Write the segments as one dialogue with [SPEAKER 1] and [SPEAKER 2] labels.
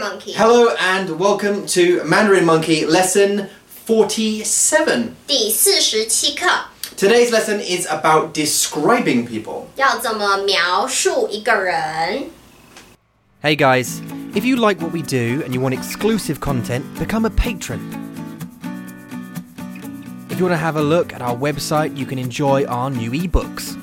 [SPEAKER 1] Monkey
[SPEAKER 2] Hello and welcome to Mandarin Monkey lesson 47.
[SPEAKER 1] 第四十七课，
[SPEAKER 2] Today's lesson is about describing people.
[SPEAKER 1] 要怎么描述一个人？
[SPEAKER 3] Hey guys, if you like what we do and you want exclusive content, become a patron. If you want to have a look at our website, you can enjoy our new ebooks.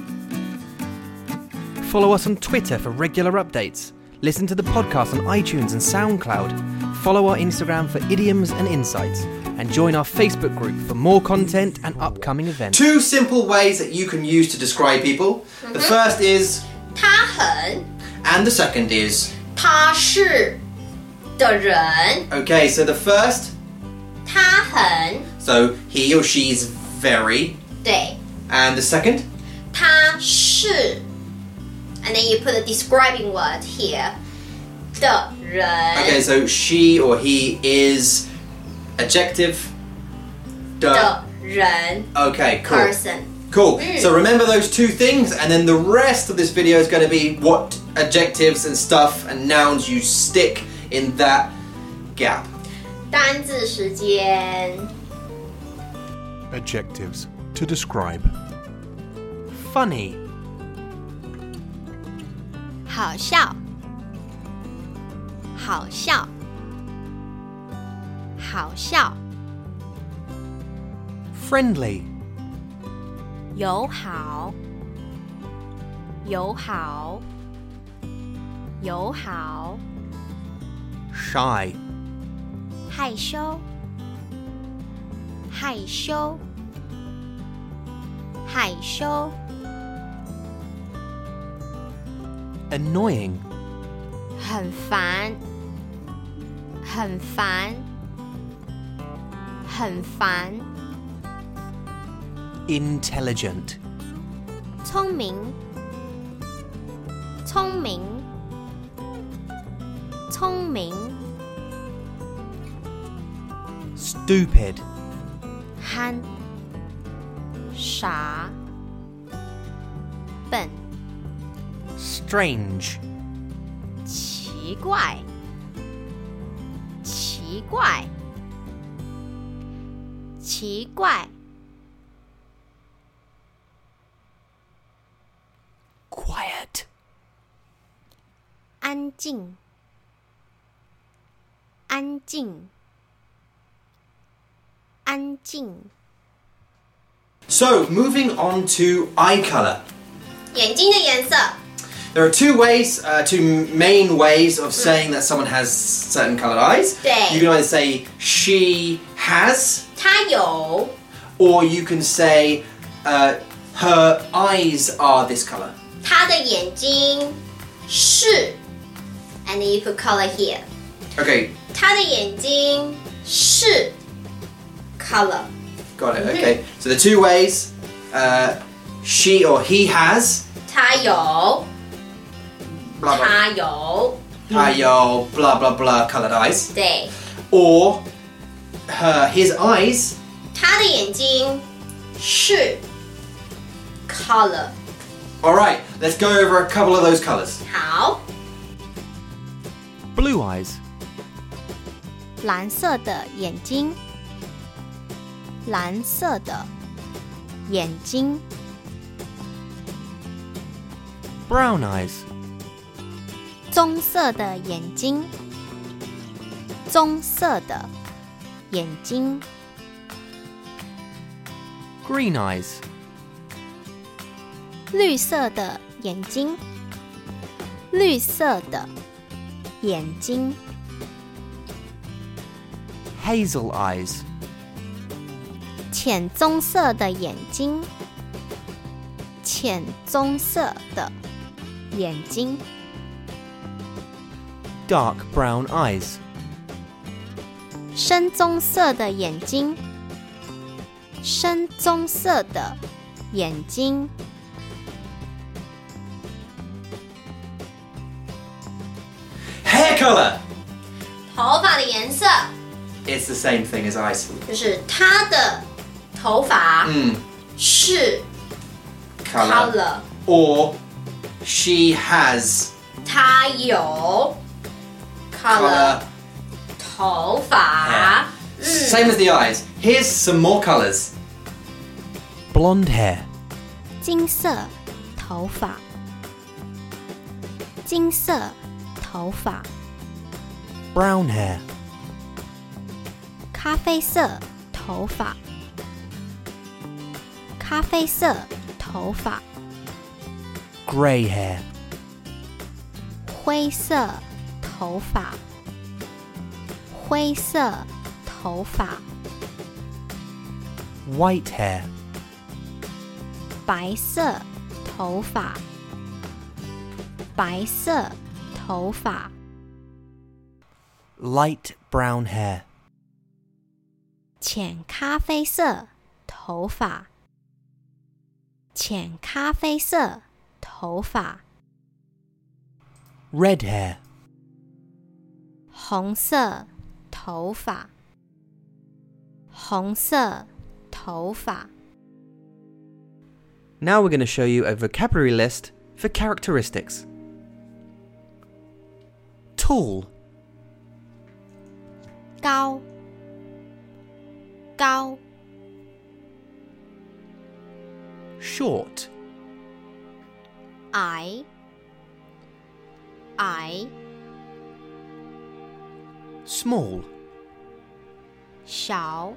[SPEAKER 3] Follow us on Twitter for regular updates. Listen to the podcast on iTunes and SoundCloud. Follow our Instagram for idioms and insights. And join our Facebook group for more content and upcoming events.
[SPEAKER 2] Two simple ways that you can use to describe people. The first is,
[SPEAKER 1] 他很，
[SPEAKER 2] and the second is.
[SPEAKER 1] 他是的人，
[SPEAKER 2] Okay, so the first,
[SPEAKER 1] 他很
[SPEAKER 2] so he or she's very,
[SPEAKER 1] 对，
[SPEAKER 2] and the second,
[SPEAKER 1] 他是，and then you put the describing word here 的人
[SPEAKER 2] okay, so she or he is adjective. Duh.
[SPEAKER 1] 的人
[SPEAKER 2] Okay, cool.
[SPEAKER 1] person
[SPEAKER 2] Cool.
[SPEAKER 1] Mm.
[SPEAKER 2] So remember those two things, and then the rest of this video is going to be what adjectives and stuff and nouns you stick in that gap.
[SPEAKER 1] 单字时间。
[SPEAKER 4] Adjectives to describe.
[SPEAKER 3] Funny,
[SPEAKER 1] 好笑，好笑，好笑，
[SPEAKER 3] friendly,
[SPEAKER 1] 友好，友好，友好，
[SPEAKER 3] shy,
[SPEAKER 1] 害羞，害羞，害羞，
[SPEAKER 3] annoying,
[SPEAKER 1] 很烦，很烦，很烦，
[SPEAKER 3] intelligent,
[SPEAKER 1] 聪明，聪明，聪明。
[SPEAKER 3] stupid.
[SPEAKER 1] 憨、傻、笨、
[SPEAKER 3] strange,
[SPEAKER 1] 奇怪、奇怪、奇怪、
[SPEAKER 3] quiet,
[SPEAKER 1] 安静、安静、安静。
[SPEAKER 2] So moving on to eye color.
[SPEAKER 1] 眼睛的颜色，
[SPEAKER 2] There are two ways, uh, two main ways of saying that someone has certain colored eyes.
[SPEAKER 1] Day.
[SPEAKER 2] You can either say she has,
[SPEAKER 1] 它有
[SPEAKER 2] or you can say uh, her eyes are this color.
[SPEAKER 1] 它的眼睛是，and then you put color here。
[SPEAKER 2] Okay,
[SPEAKER 1] 他的眼睛是 color，
[SPEAKER 2] Got it. Okay. So the two ways, uh, she or he has.
[SPEAKER 1] 他有，
[SPEAKER 2] Blah blah.
[SPEAKER 1] 他有，
[SPEAKER 2] Tayo, blah blah blah. Colored eyes.
[SPEAKER 1] 对，
[SPEAKER 2] Or her his eyes.
[SPEAKER 1] 他的眼睛是 color。
[SPEAKER 2] All right. Let's go over a couple of those colors.
[SPEAKER 1] 好，
[SPEAKER 3] blue eyes,
[SPEAKER 1] 蓝色的眼睛，蓝色的眼睛，
[SPEAKER 3] brown eyes,
[SPEAKER 1] 棕色的眼睛，棕色的眼睛，
[SPEAKER 3] green eyes,
[SPEAKER 1] 绿色的眼睛，绿色的眼睛。
[SPEAKER 3] hazel eyes,
[SPEAKER 1] 浅棕色的眼睛，浅棕色的眼睛，
[SPEAKER 3] dark brown eyes,
[SPEAKER 1] 深棕色的眼睛，深棕色的眼睛，
[SPEAKER 2] Hair color.
[SPEAKER 1] 头发的颜色
[SPEAKER 2] It's the same thing as eyes.
[SPEAKER 1] 就是他的头发
[SPEAKER 2] Mm,
[SPEAKER 1] 是
[SPEAKER 2] color. Or she has
[SPEAKER 1] 他有
[SPEAKER 2] color Mm.
[SPEAKER 5] 头发。
[SPEAKER 6] Same as the eyes. Here's some more colours.
[SPEAKER 2] blonde hair,
[SPEAKER 1] 金色头发，金色头发，
[SPEAKER 2] brown hair,
[SPEAKER 1] 咖啡色头发，咖啡色头发，
[SPEAKER 2] grey hair,
[SPEAKER 1] 灰色头发，灰色头发，
[SPEAKER 2] white hair,
[SPEAKER 1] 白色头发，白色头发，
[SPEAKER 2] light brown hair,
[SPEAKER 1] 浅咖啡色头发，浅咖啡色头发，
[SPEAKER 2] red hair,
[SPEAKER 1] 红色头发，红色头发，
[SPEAKER 2] Now we're going to show you a vocabulary list for characteristics. Tall,
[SPEAKER 1] 高，高，
[SPEAKER 2] short,
[SPEAKER 1] 矮，矮，
[SPEAKER 2] small,
[SPEAKER 1] 小，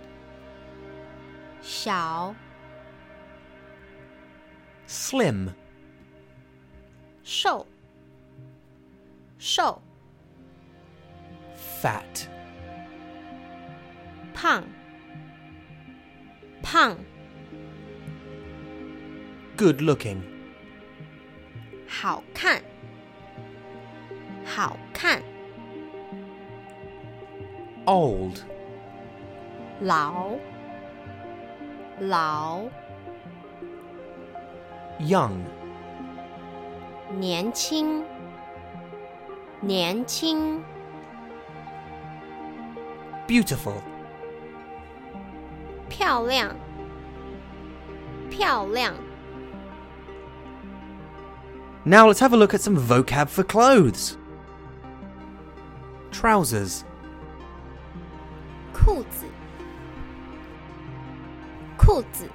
[SPEAKER 1] 小，
[SPEAKER 2] slim,
[SPEAKER 1] 瘦，瘦，
[SPEAKER 2] fat,
[SPEAKER 1] 胖，胖，
[SPEAKER 2] good looking,
[SPEAKER 1] 好看，好看，
[SPEAKER 2] old,
[SPEAKER 1] 老，老。
[SPEAKER 2] young,
[SPEAKER 1] 年轻，年轻，
[SPEAKER 2] beautiful,
[SPEAKER 1] 漂亮，漂亮，
[SPEAKER 2] Now let's have a look at some vocab for clothes. Trousers,
[SPEAKER 1] 裤子，裤子，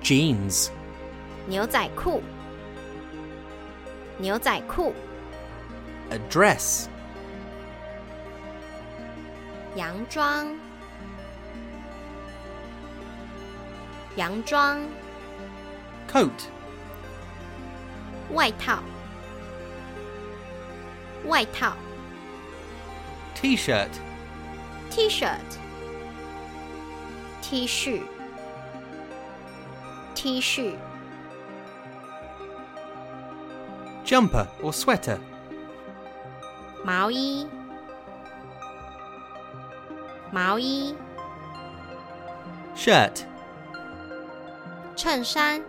[SPEAKER 2] jeans,
[SPEAKER 1] 牛仔裤，牛仔裤，
[SPEAKER 2] a dress,
[SPEAKER 1] 洋装，洋装，
[SPEAKER 2] coat,
[SPEAKER 1] 外套，外套
[SPEAKER 2] t shirt,
[SPEAKER 1] ，T 恤，T 恤，T 恤。
[SPEAKER 2] jumper or sweater,
[SPEAKER 1] 毛衣，毛衣，
[SPEAKER 2] shirt,
[SPEAKER 1] 衬衫，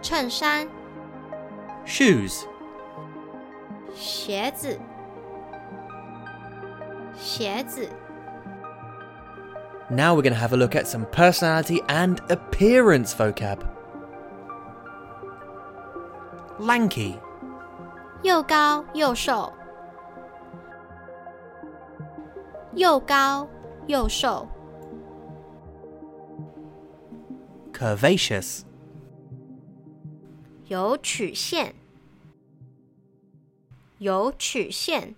[SPEAKER 1] 衬衫，
[SPEAKER 2] shoes,
[SPEAKER 1] 鞋子，鞋子，
[SPEAKER 2] Now we're going to have a look at some personality and appearance vocab. Lanky,
[SPEAKER 1] 又高又瘦，又高又瘦，
[SPEAKER 2] curvaceous,
[SPEAKER 1] 有曲线，有曲线，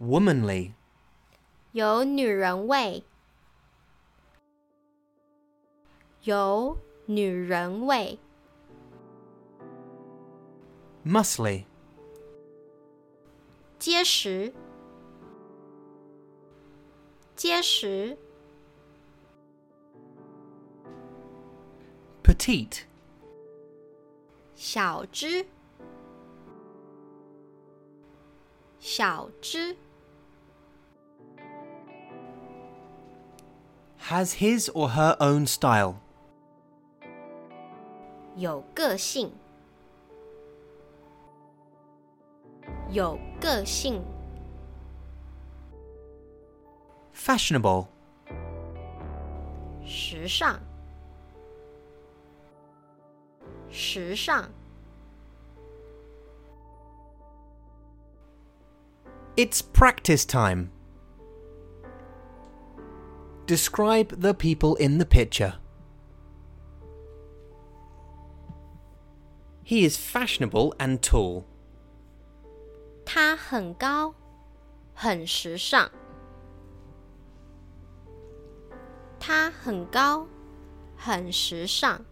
[SPEAKER 2] womanly,
[SPEAKER 1] 有女人味，有女人味。
[SPEAKER 2] muscly,
[SPEAKER 1] 结实，结实，
[SPEAKER 2] petite,
[SPEAKER 1] 小只，小只，
[SPEAKER 2] has his or her own style,
[SPEAKER 1] 有个性，有个性，
[SPEAKER 2] fashionable,
[SPEAKER 1] 时尚，时尚，
[SPEAKER 2] It's practice time. Describe the people in the picture. He is fashionable and tall.
[SPEAKER 1] 他很高，很时尚。他很高，很时尚。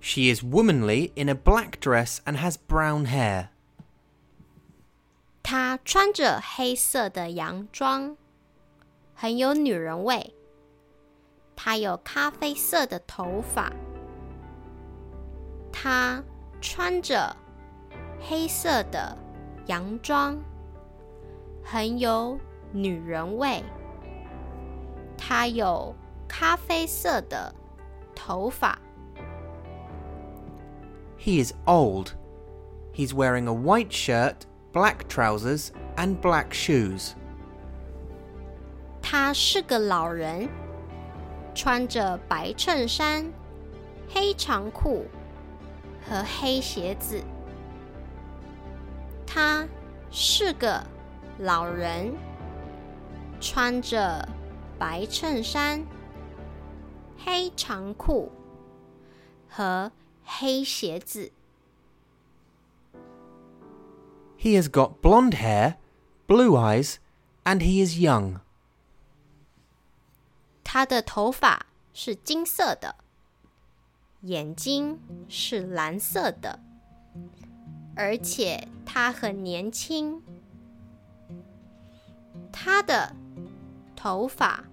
[SPEAKER 2] She is womanly in a black dress and has brown hair.
[SPEAKER 1] 她穿着黑色的洋装，很有女人味。她有咖啡色的头发。她穿着黑色的洋装，很有女人味。她有咖啡色的头发。
[SPEAKER 2] He is old. He's wearing a white shirt, black trousers, and black shoes.
[SPEAKER 1] 他是个老人，穿着白衬衫、黑长裤和黑鞋子。他是个老人，穿着白衬衫、黑长裤和黑鞋子。
[SPEAKER 2] He has got blonde hair, blue eyes, and he is young.
[SPEAKER 1] 他的头发是金色的，眼睛是蓝色的，而且他很年轻。他的头发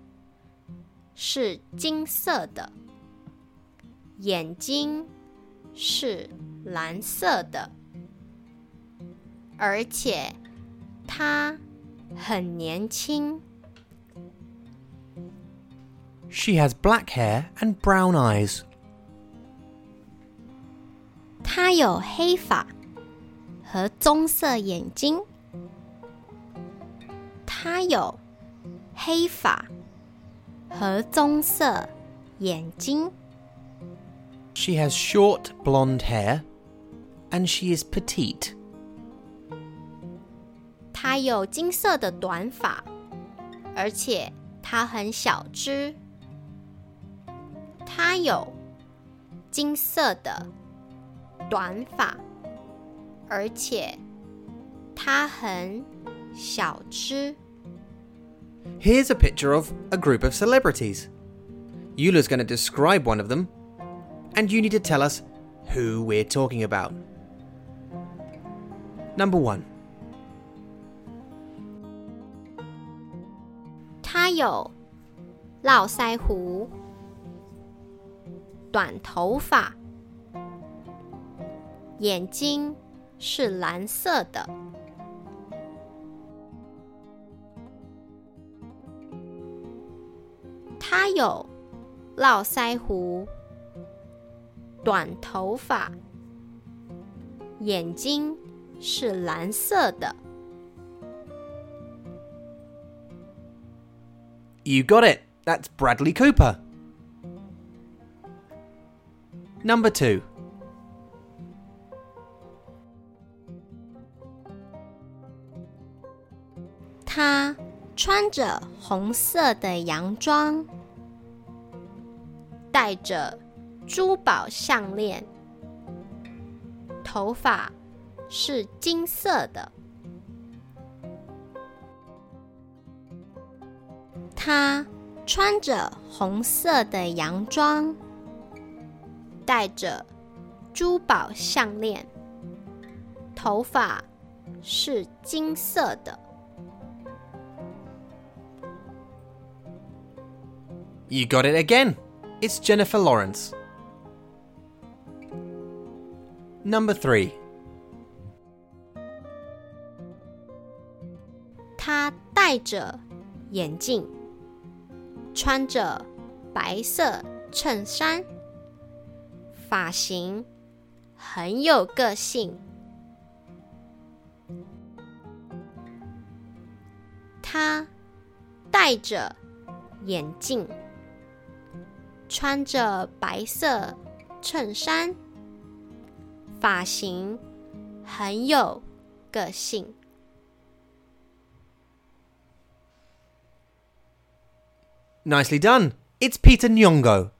[SPEAKER 1] 是金色的，眼睛是蓝色的，而且他很年轻。
[SPEAKER 2] She has black hair and brown eyes.
[SPEAKER 1] 他有黑发和棕色眼睛。他有黑发和棕色眼睛。
[SPEAKER 2] She has short blonde hair, and she is petite.
[SPEAKER 1] 他有金色的短发，而且他很小只。他有金色的短发，而且他很小只。
[SPEAKER 2] Here's a picture of a group of celebrities. Eula's going to describe one of them, and you need to tell us who we're talking about. Number one,
[SPEAKER 1] 他有络腮胡、短头发，眼睛是蓝色的。他有络腮胡、短头发，眼睛是蓝色的。
[SPEAKER 2] you got it. That's Bradley Cooper. Number two,
[SPEAKER 1] 他穿着红色的洋装，戴着珠宝项链，头发是金色的。他穿着红色的洋装，戴着珠宝项链，头发是金色的。
[SPEAKER 2] you got it again. It's Jennifer Lawrence. Number three,
[SPEAKER 1] 他戴着眼镜，穿着白色衬衫，发型很有个性。他戴着眼镜，穿着白色衬衫，发型很有个性。
[SPEAKER 2] Nicely done. It's Peter Nyongo.